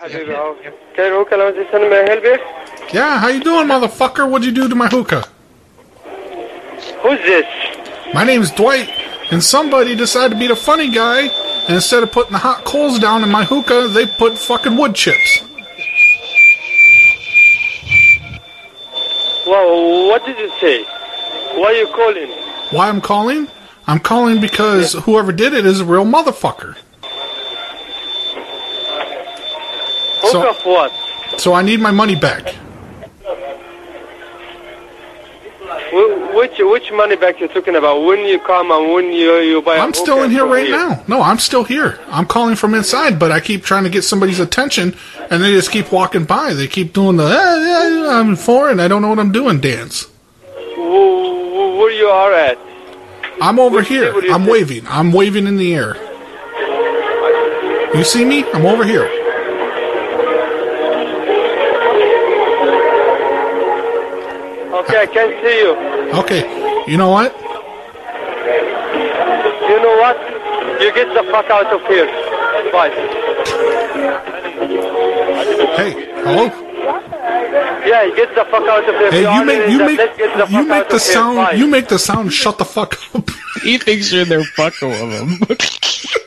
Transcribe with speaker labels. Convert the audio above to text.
Speaker 1: حبيبي عوض كاين هوكا لو عاوز يسلم هيل بيك
Speaker 2: Yeah, how you doing, motherfucker? What'd you do to my hookah?
Speaker 1: Who's this?
Speaker 2: My name's Dwight, and somebody decided to be the funny guy, and instead of putting the hot coals down in my hookah, they put fucking wood chips.
Speaker 1: Wow, what did you say? Why you calling?
Speaker 2: Why I'm calling? I'm calling because whoever did it is a real motherfucker.
Speaker 1: Hook
Speaker 2: So-
Speaker 1: up what?
Speaker 2: So I need my money back.
Speaker 1: Wh- Which which money back you talking about? When you come and when you you buy? a
Speaker 2: I'm still
Speaker 1: hookah
Speaker 2: in here
Speaker 1: from
Speaker 2: right now. No, I'm still here. I'm calling from inside, but I keep trying to get somebody's attention, and they just keep walking by. They keep doing the "Ah, ah, "I'm foreign, I don't know what I'm doing" dance.
Speaker 1: Wh- wh- Where you are at?
Speaker 2: I'm over here.
Speaker 1: table do you
Speaker 2: I'm
Speaker 1: sit?
Speaker 2: waving. I'm waving in the air. You see me? I'm over here.
Speaker 1: Okay, I can't see you.
Speaker 2: Okay. You know what?
Speaker 1: You know what? You get the fuck out of here. Bye.
Speaker 2: Hey, hello.
Speaker 1: Yeah, get the fuck out of here.
Speaker 2: Hey, you
Speaker 1: are
Speaker 2: make
Speaker 1: in
Speaker 2: you
Speaker 1: the-
Speaker 2: make
Speaker 1: let's get the
Speaker 2: you
Speaker 1: fuck
Speaker 2: make
Speaker 1: out
Speaker 2: the
Speaker 1: of here. Bye.
Speaker 2: sound you make the sound. Shut the fuck up.
Speaker 3: He thinks you're in there fucking with him.